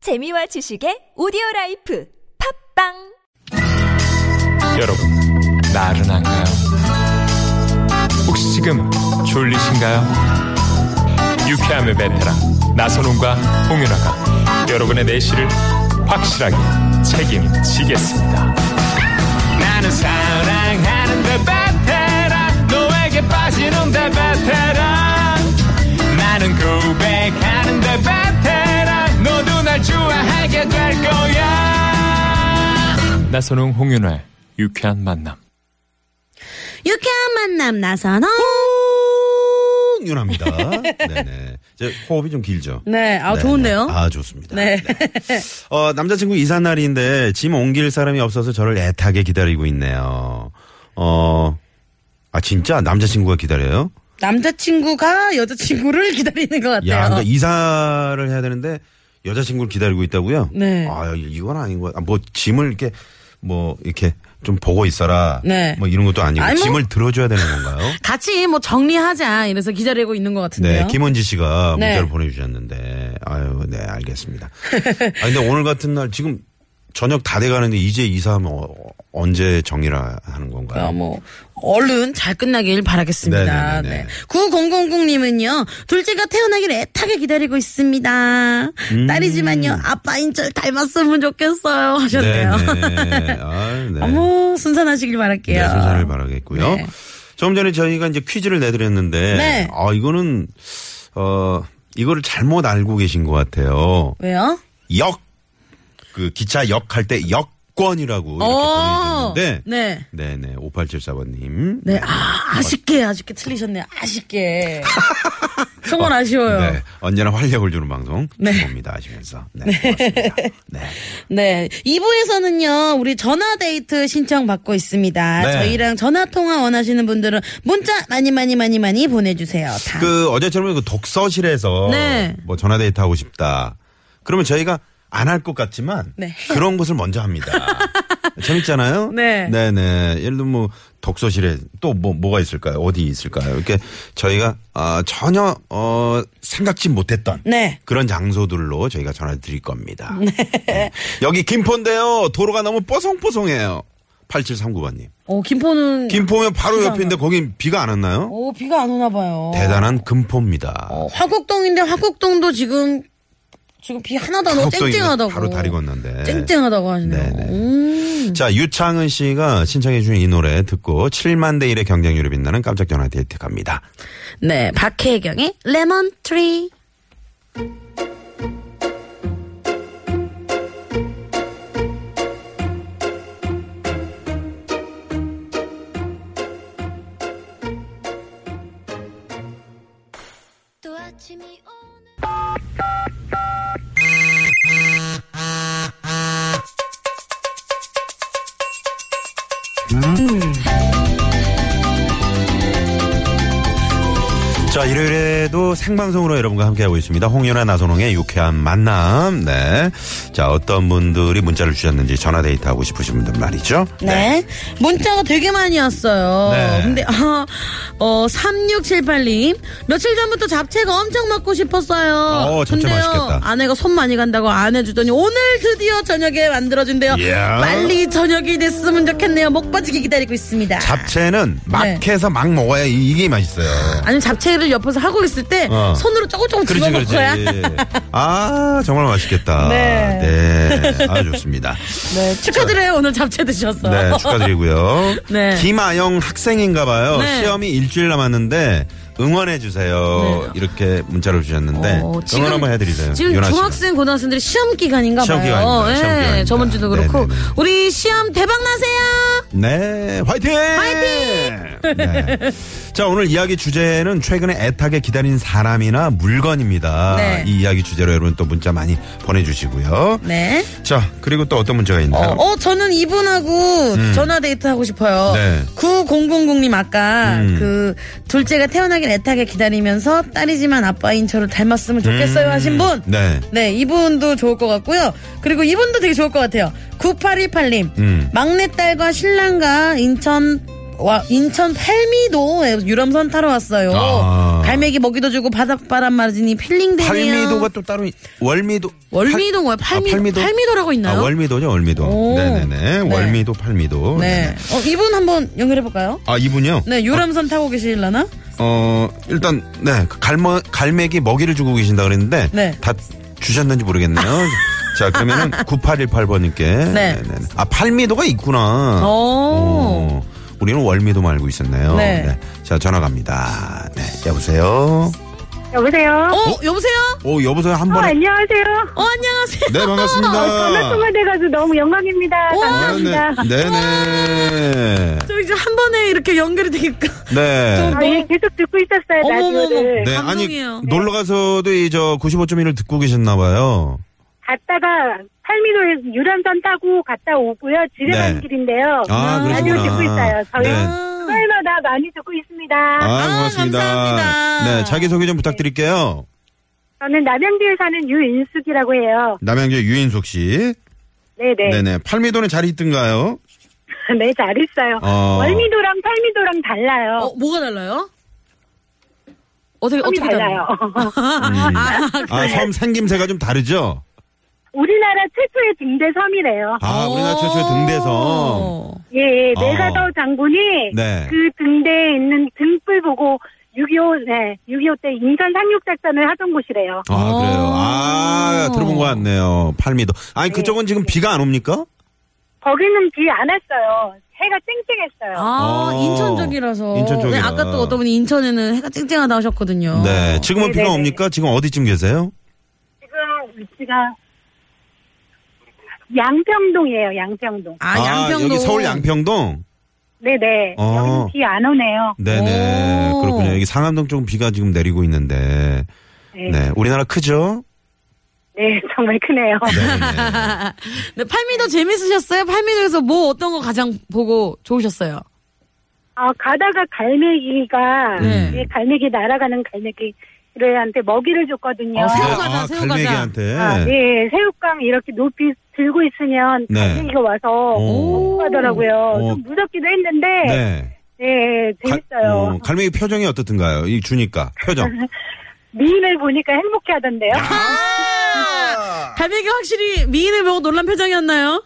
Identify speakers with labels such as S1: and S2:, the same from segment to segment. S1: 재미와 지식의 오디오 라이프 팝빵
S2: 여러분, 나른한가요? 혹시 지금 졸리신가요? 유쾌함의 베테랑 나선홍과 홍윤아가 여러분의 내실을 확실하게 책임지겠습니다. 나는 사랑하는데 그 베테랑 너에게 빠지는데 베테랑 나는 고백하는데 그 베테랑 너도 날 좋아하게 될 거야. 나선홍 홍윤아의 유쾌한 만남.
S3: 유쾌한 만남 나선홍.
S4: 윤합니다. 네네. 이제 호흡이 좀 길죠.
S3: 네, 아
S4: 네네.
S3: 좋은데요.
S4: 아 좋습니다.
S3: 네.
S4: 어 남자친구 이사 날인데 짐 옮길 사람이 없어서 저를 애타게 기다리고 있네요. 어. 아 진짜 남자친구가 기다려요?
S3: 남자친구가 여자친구를 기다리는 것 같아요.
S4: 야, 그러니까 이사를 해야 되는데 여자친구를 기다리고 있다고요?
S3: 네.
S4: 아 이건 아닌 거야. 아, 뭐 짐을 이렇게 뭐 이렇게 좀 보고 있어라.
S3: 네.
S4: 뭐 이런 것도 아니고
S3: 아니, 뭐-
S4: 짐을 들어줘야 되는 건가요?
S3: 같이 뭐 정리하자 이래서 기다리고 있는 것 같은데요.
S4: 네, 김원지 씨가
S3: 네.
S4: 문자를 보내주셨는데, 아유, 네, 알겠습니다. 아, 근데 오늘 같은 날 지금 저녁 다 돼가는데 이제 이사하면 어- 언제 정리라 하는
S3: 어,
S4: 건가요?
S3: 뭐 얼른 잘 끝나길 바라겠습니다.
S4: 네네네네.
S3: 네. 9000님은요 둘째가 태어나길 애타게 기다리고 있습니다.
S4: 음.
S3: 딸이지만요 아빠인 줄 닮았으면 좋겠어요 하셨네요. 뭐
S4: 네네. 아, 네.
S3: 어머 순산하시길 바랄게요.
S4: 네, 순산을 바라겠고요.
S3: 네.
S4: 조금 전에 저희가 이제 퀴즈를 내드렸는데,
S3: 네.
S4: 아, 이거는, 어, 이거를 잘못 알고 계신 것 같아요.
S3: 왜요?
S4: 역, 그 기차 역 할 때 역권이라고 이렇게
S3: 어,
S4: 보내드렸는데,
S3: 네.
S4: 네네, 5874번님.
S3: 네, 아, 아쉽게, 아쉽게 틀리셨네요. 아쉽게. 정말 아쉬워요.
S4: 네.
S3: 네.
S4: 언제나 활력을 주는 방송.
S3: 네.
S4: 최고입니다. 아시면서. 네. 고맙습니다. 네.
S3: 2부에서는요, 우리 전화데이트 신청 받고 있습니다.
S4: 네.
S3: 저희랑 전화통화 원하시는 분들은 문자 많이 많이 많이 많이 보내주세요. 다.
S4: 그 어제처럼 그 독서실에서
S3: 네.
S4: 뭐 전화데이트 하고 싶다. 그러면 저희가 안 할 것 같지만
S3: 네.
S4: 그런 것을 먼저 합니다. 재밌잖아요.
S3: 네.
S4: 네 예를 들면 뭐 독서실에 또 뭐 뭐가 있을까요? 어디 있을까요? 이렇게 저희가 아, 전혀 어 생각지 못했던
S3: 네.
S4: 그런 장소들로 저희가 전화 드릴 겁니다. 네. 여기 김포인데요. 도로가 너무 뽀송뽀송해요. 8739번님.
S3: 오, 김포는.
S4: 김포면 바로
S3: 비가
S4: 옆인데 거긴 비가 안 왔나요?
S3: 오, 비가 안 오나 봐요.
S4: 대단한 금포입니다.
S3: 어, 화곡동인데 화곡동도 지금, 지금 비 하나도 안 오고
S4: 화곡동이면
S3: 쨍쨍하다고.
S4: 바로 다리 건넌데.
S3: 쨍쨍하다고 하시네요.
S4: 네네.
S3: 음.
S4: 자, 유창은 씨가 신청해준 이 노래 듣고 7만 대 1의 경쟁률이 빛나는 깜짝 전화 데이트 갑니다.
S3: 네, 박혜경의 레몬트리.
S4: 자, 일요일에도 생방송으로 여러분과 함께하고 있습니다. 홍윤아 나선홍의 유쾌한 만남. 네. 자, 어떤 분들이 문자를 주셨는지 전화 데이트 하고 싶으신 분들 말이죠.
S3: 네. 문자가 되게 많이 왔어요.
S4: 네.
S3: 근데, 아, 어, 3678님. 며칠 전부터 잡채가 엄청 먹고 싶었어요.
S4: 어, 잡채
S3: 근데요,
S4: 맛있겠다.
S3: 아내가 손 많이 간다고 안 해주더니 오늘 드디어 저녁에 만들어준대요.
S4: 이야.
S3: 빨리 저녁이 됐으면 좋겠네요. 목 빠지게 기다리고 있습니다.
S4: 잡채는 마켓에서 막 먹어야 이- 이게 맛있어요.
S3: 네. 아니면 잡채를 옆에서 하고 있을 때
S4: 어.
S3: 손으로 조금 조금
S4: 그렇지, 예.
S3: 집어먹을
S4: 그렇지.
S3: 거야.
S4: 아, 정말 맛있겠다.
S3: 네.
S4: 네. 아, 좋습니다.
S3: 네, 축하드려요. 오늘 잡채 드셔서.
S4: 네, 축하드리고요.
S3: 어. 네.
S4: 김아영 학생인가 봐요.
S3: 네.
S4: 시험이 일주일 남았는데 응원해 주세요. 이렇게 문자를 주셨는데
S3: 네. 어,
S4: 응원 네, 한번 해드리세요.
S3: 지금
S4: 윤아 씨가.
S3: 중학생 고등학생들이 시험 기간인가
S4: 시험
S3: 봐요.
S4: 기간입니다.
S3: 예,
S4: 시험 기간입니다.
S3: 저번 주도 그렇고
S4: 네네네.
S3: 우리 시험 대박 나세요.
S4: 네, 화이팅! 화이팅! 네. 자, 오늘 이야기 주제는 최근에 애타게 기다린 사람이나 물건입니다.
S3: 네.
S4: 이 이야기 주제로 여러분 또 문자 많이 보내주시고요.
S3: 네.
S4: 자, 그리고 또 어떤 문제가
S3: 어,
S4: 있나요?
S3: 어, 저는 이분하고 전화 데이트 하고 싶어요.
S4: 음. 네. 음.
S3: 9000님 아까 그 둘째가 태어나길 애타게 기다리면서 딸이지만 아빠인 저를 닮았으면 좋겠어요 하신 분.
S4: 네.
S3: 네, 이분도 좋을 것 같고요. 그리고 이분도 되게 좋을 것 같아요. 9818님.
S4: 음.
S3: 막내딸과 신랑과 인천 와 인천 팔미도에 유람선 타러 왔어요.
S4: 아.
S3: 갈매기 먹이도 주고 바닷바람 맞으니 필링되네요.
S4: 팔미도가 또 따로 있- 월미도
S3: 월미도 뭐야? 팔미- 팔미도라고 있나요?
S4: 아, 월미도죠 월미도
S3: 오.
S4: 네네네
S3: 네.
S4: 월미도 팔미도
S3: 네.
S4: 네네.
S3: 어, 이분 한번 연결해 볼까요?
S4: 아 이분요
S3: 네, 요람선 타고 계시려나?
S4: 어 일단 네 갈머, 갈매기 먹이를 주고 계신다 그랬는데
S3: 네.
S4: 다 주셨는지 모르겠네요. 자 그러면은 9818번님께
S3: 네.
S4: 아 팔미도가 있구나.
S3: 오.
S4: 오, 우리는 월미도만 알고 있었네요.
S3: 네.
S4: 자 전화 갑니다. 네 여보세요.
S5: 여보세요?
S3: 어, 여보세요?
S4: 오 여보세요 한
S5: 어,
S4: 번에
S5: 안녕하세요. 어,
S3: 어, 안녕하세요.
S4: 네 반갑습니다.
S5: 전화 돼가지고 너무 영광입니다.
S3: 오,
S5: 감사합니다.
S4: 네네 네네
S3: 저 이제 한 번에 이렇게 연결이 되니까.
S4: 네.
S5: 아, 예, 계속 듣고 있었어요,
S3: 어머머머.
S5: 라디오를.
S4: 네 아니
S3: 감동이에요.
S4: 놀러 가서도 이 저 95.1을 듣고 계셨나봐요.
S5: 갔다가 팔미도에서 유람선 타고 갔다 오고요. 집에
S4: 네.
S5: 가는 길인데요.
S4: 아,
S5: 라디오
S4: 그러시구나.
S5: 듣고 있어요. 저희
S4: 네.
S5: 토요일마다 많이 듣고 있습니다.
S4: 아,
S3: 아,
S4: 고맙습니다.
S3: 감사합니다.
S4: 네, 자기소개 좀 부탁드릴게요.
S5: 저는 남양주에 사는 유인숙이라고 해요.
S4: 남양주 유인숙 씨.
S5: 네네.
S4: 네 팔미도는 잘 있던가요?
S5: 네, 잘했어요.
S4: 어.
S5: 월미도랑 팔미도랑 달라요.
S3: 어, 뭐가 달라요? 어떻게,
S5: 섬이
S3: 어떻게
S5: 달라요.
S3: 아,
S4: 아, 섬 생김새가 좀 다르죠?
S5: 우리나라 최초의 등대 섬이래요.
S4: 아, 우리나라 최초의 등대섬.
S3: 오.
S5: 예,
S4: 어.
S5: 내가더 장군이
S4: 네.
S5: 그 등대에 있는 등불 보고 6.25, 네, 6.25 때 인천 상륙작전을 하던 곳이래요.
S4: 아, 그래요. 아, 들어본 것 같네요. 팔미도. 아니, 그쪽은 지금 비가 안 옵니까?
S5: 거기는 비 안 왔어요. 해가 쨍쨍했어요.
S3: 아,
S4: 어.
S3: 인천 쪽이라서.
S4: 인천 쪽이라.
S3: 네, 아까 또 어떤 분이 인천에는 해가 쨍쨍하다 하셨거든요.
S4: 네. 지금은
S5: 네네네.
S4: 비가 옵니까? 지금 어디쯤 계세요?
S5: 지금 위치가 양평동이에요, 양평동.
S3: 아, 양평도.
S4: 여기 서울 양평동?
S5: 네네.
S4: 어.
S5: 여기 비 안 오네요.
S4: 네네.
S3: 오.
S4: 그렇군요. 여기 상암동 쪽 비가 지금 내리고 있는데.
S5: 네.
S4: 네. 우리나라 크죠?
S5: 네, 정말 크네요.
S4: 네네.
S3: 네, 팔미도 재밌으셨어요? 팔미도에서 뭐 어떤 거 가장 보고 좋으셨어요?
S5: 아, 가다가 갈매기가,
S3: 네.
S5: 예, 갈매기 날아가는 갈매기한테 먹이를 줬거든요.
S3: 어, 새우
S4: 네,
S3: 가자,
S4: 아,
S3: 새우 가자.
S4: 갈매기한테.
S5: 아, 네, 새우깡 이렇게 높이 들고 있으면
S4: 네.
S5: 갈매기가 와서
S4: 오.
S5: 하더라고요.
S4: 오.
S5: 좀 무섭기도 했는데, 네,
S4: 네. 갈-
S5: 재밌어요.
S4: 어, 갈매기 표정이 어떻든가요? 이 주니까 표정.
S5: 미인을 보니까 행복해 하던데요.
S3: 갈매기 확실히 미인을 보고 놀란 표정이었나요?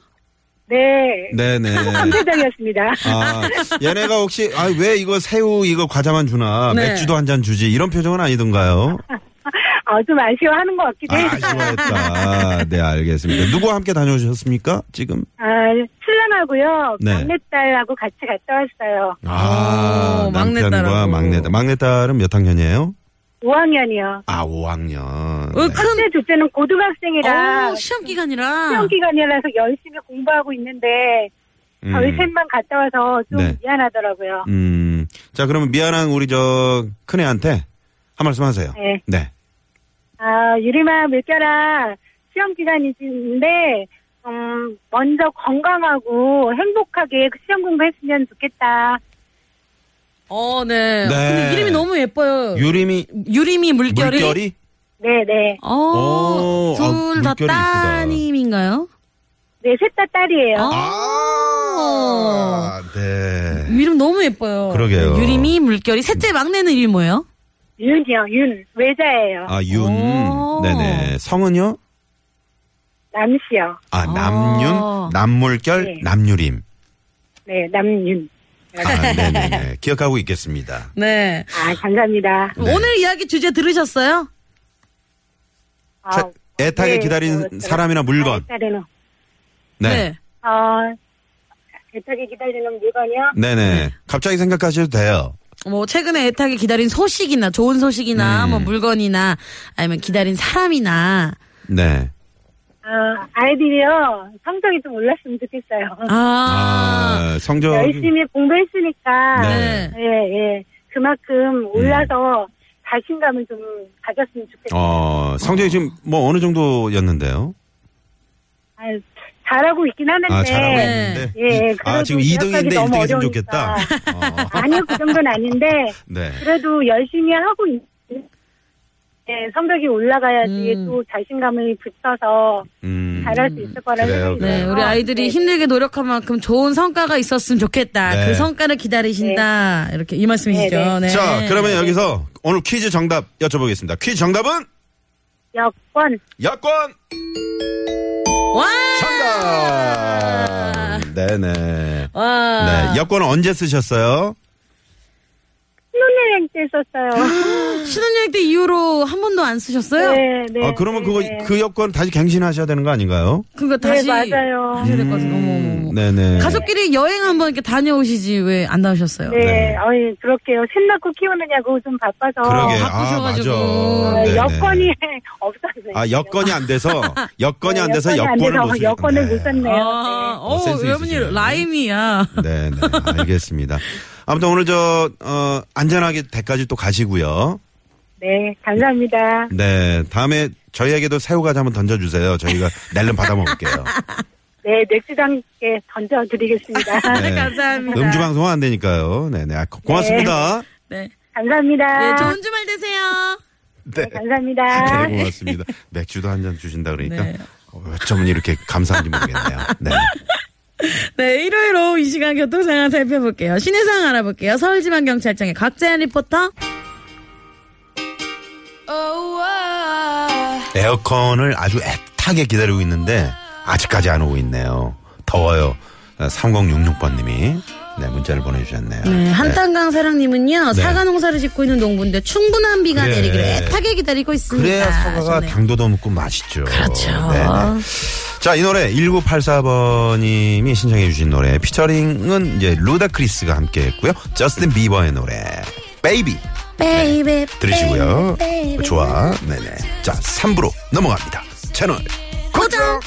S5: 네,
S4: 네네.
S5: 감사장이었습니다.
S4: 아, 얘네가 혹시 아, 왜 이거 새우 이거 과자만 주나
S3: 네.
S4: 맥주도 한 잔 주지 이런 표정은 아니던가요?
S5: 아, 좀 아쉬워하는 것 같기도
S4: 아,
S5: 해요.
S4: 아쉬워했다. 네 알겠습니다. 누구와 함께 다녀오셨습니까? 지금?
S5: 아, 신랑하고요,
S4: 네.
S5: 막내딸하고 같이 갔다 왔어요.
S4: 아
S3: 오,
S4: 남편과
S3: 막내딸하고.
S4: 막내딸. 막내딸은 몇 학년이에요?
S5: 5학년이요.
S4: 아 5학년.
S3: 어, 큰,
S4: 네.
S5: 첫째, 둘째는 고등학생이라
S3: 어, 시험 기간이라.
S5: 시험 기간이라서 열심히 공부하고 있는데
S4: 음.
S5: 저희 셋만 갔다 와서 좀
S4: 네.
S5: 미안하더라고요.
S4: 음. 자 그러면 미안한 우리 저 큰애한테 한 말씀 하세요.
S5: 네.
S4: 네.
S5: 아, 유리마 물결아, 시험 기간이신데, 음, 먼저 건강하고 행복하게 시험 공부했으면 좋겠다.
S3: 어, 네.
S4: 네.
S3: 근데 이름이 너무 예뻐요.
S4: 유림이
S3: 유, 림이 물결이.
S4: 물결이?
S5: 네네.
S3: 어,
S4: 오, 아,
S3: 둘다
S4: 물결이 이쁘다.
S3: 따님인가요? 어?
S5: 네, 셋 다 딸이에요.
S4: 어? 아, 네.
S3: 이름 너무 예뻐요.
S4: 그러게요.
S3: 유림이 물결이. 셋째 막내는 이름이 뭐예요?
S5: 윤이요, 윤. 외자예요.
S4: 아, 윤.
S3: 오.
S4: 네네. 성은요?
S5: 남씨요.
S4: 아,
S3: 아.
S4: 남윤, 남물결,
S5: 네.
S4: 남유림.
S5: 네, 남윤.
S4: 아, 네네네. 기억하고 있겠습니다.
S3: 네.
S5: 아, 감사합니다.
S4: 네.
S3: 오늘 이야기 주제 들으셨어요?
S5: 아,
S4: 자, 애타게 기다린
S5: 그,
S4: 사람이나 물건.
S5: 기다리는,
S4: 네.
S5: 어, 애타게 기다리는 물건이요?
S4: 네. 네 갑자기 생각하셔도 돼요.
S3: 뭐 최근에 애타게 기다린 소식이나 좋은 소식이나 뭐 물건이나 아니면 기다린 사람이나
S4: 네.
S5: 아, 아이들이요, 성적이 좀 올랐으면 좋겠어요.
S3: 아,
S4: 아, 성적.
S5: 열심히 공부했으니까,
S4: 네.
S5: 예, 예. 그만큼 올라서 자신감을 좀 가졌으면 좋겠어요.
S4: 어, 성적이 지금 뭐 어느 정도였는데요?
S5: 아, 잘하고 있긴 하는데.
S4: 아, 잘하고
S3: 네.
S4: 있는데.
S5: 예,
S4: 이- 아,
S5: 그래도
S4: 지금
S5: 기억하기
S4: 2등인데
S5: 너무
S4: 1등했으면 좋겠다.
S5: 어려우니까.
S4: 어,
S5: 아니요, 그 정도는 아닌데,
S4: 네.
S5: 그래도 열심히 하고 있
S3: 음.
S5: 예, 성적이 올라가야지 또 자신감이 붙어서
S4: 음.
S5: 잘할 수 있을 거라는
S4: 그래요,
S5: 생각이
S3: 네,
S5: 들어요.
S3: 우리 아이들이
S5: 네.
S3: 힘들게 노력한 만큼 좋은 성과가 있었으면 좋겠다.
S4: 네.
S3: 그 성과를 기다리신다. 이렇게 이 말씀이시죠.
S5: 네, 네.
S3: 네.
S4: 자, 그러면 여기서 오늘 퀴즈 정답 여쭤보겠습니다. 퀴즈 정답은
S5: 여권
S4: 여권
S3: 와!
S5: 아.
S4: 정답. 음, 네네.
S3: 와!
S4: 네, 여권은 언제 쓰셨어요?
S5: 신혼여행 때
S3: 아.
S5: 썼어요.
S3: 신혼여행 때 이후로 한 번도 안 쓰셨어요?
S5: 네, 네.
S4: 아, 그러면
S5: 네,
S4: 그거
S5: 네.
S4: 그 여권 다시 갱신하셔야 되는 거 아닌가요?
S3: 그거 그러니까 다시
S5: 네,
S4: 음.
S5: 맞아요.
S3: 해야 될것 같아요. 어머, 어머, 어머.
S4: 네네.
S3: 가족끼리 여행 한번 이렇게 다녀오시지 왜 안 나오셨어요?
S5: 네, 어이 그럴게요. 새 낳고 키우느냐고 좀 바빠서
S4: 그러게. 아, 맞아.
S3: 바쁘셔가지고.
S5: 어,
S4: 네네.
S5: 여권이 없었어요.
S4: 아, 여권이 안 돼서 여건이
S5: 네,
S4: 안 돼서
S5: 여건이
S4: 여권을
S5: 안 돼서
S4: 못 쓰-
S5: 여권을
S4: 네.
S5: 못
S3: 아,
S5: 썼네요. 네.
S4: 어,
S3: 어,
S4: 센스 있으시네요.
S3: 여러분이 라임이야.
S4: 네, 네. 알겠습니다. 아무튼 오늘 저, 어, 안전하게 댁까지 또 가시고요.
S5: 네, 감사합니다.
S4: 네. 다음에 저희에게도 새우가지 한번 던져주세요. 저희가 낼름 받아먹을게요.
S5: 네, 맥주당께 던져드리겠습니다.
S4: 네.
S3: 감사합니다.
S4: 음주 방송은 안 되니까요. 네네. 아, 고- 고맙습니다.
S3: 네.
S5: 감사합니다.
S3: 네, 좋은 주말 되세요.
S4: 네.
S5: 네, 감사합니다.
S4: 네, 고맙습니다. 맥주도 한 잔 주신다 그러니까
S3: 네.
S4: 어, 어쩌면 이렇게 감사한지 모르겠네요. 네.
S3: 네, 일요일 오후 이 시간 교통 상황 살펴볼게요. 시내 상황 알아볼게요. 서울지방경찰청의 곽재현 리포터.
S4: 에어컨을 아주 애타게 기다리고 있는데 아직까지 안 오고 있네요. 더워요. 3066번님이 네, 문자를 보내주셨네요.
S3: 네, 한탄강 사랑님은요
S4: 네.
S3: 사과 농사를 짓고 있는 농부인데 충분한 비가
S4: 그래.
S3: 내리기를 애타게 기다리고 있습니다.
S4: 그래야 사과가
S3: 하셨네요.
S4: 당도도 높고 맛있죠.
S3: 그렇죠.
S4: 네네. 자, 이 노래 1984번님이 신청해 주신 노래 피처링은 이제 루다크리스가 함께 했고요. 저스틴 비버의 노래 네, 베이비
S3: 베이베
S4: 들으시고요. 좋아. 네네. 자, 3부로 넘어갑니다. 채널
S3: 고정.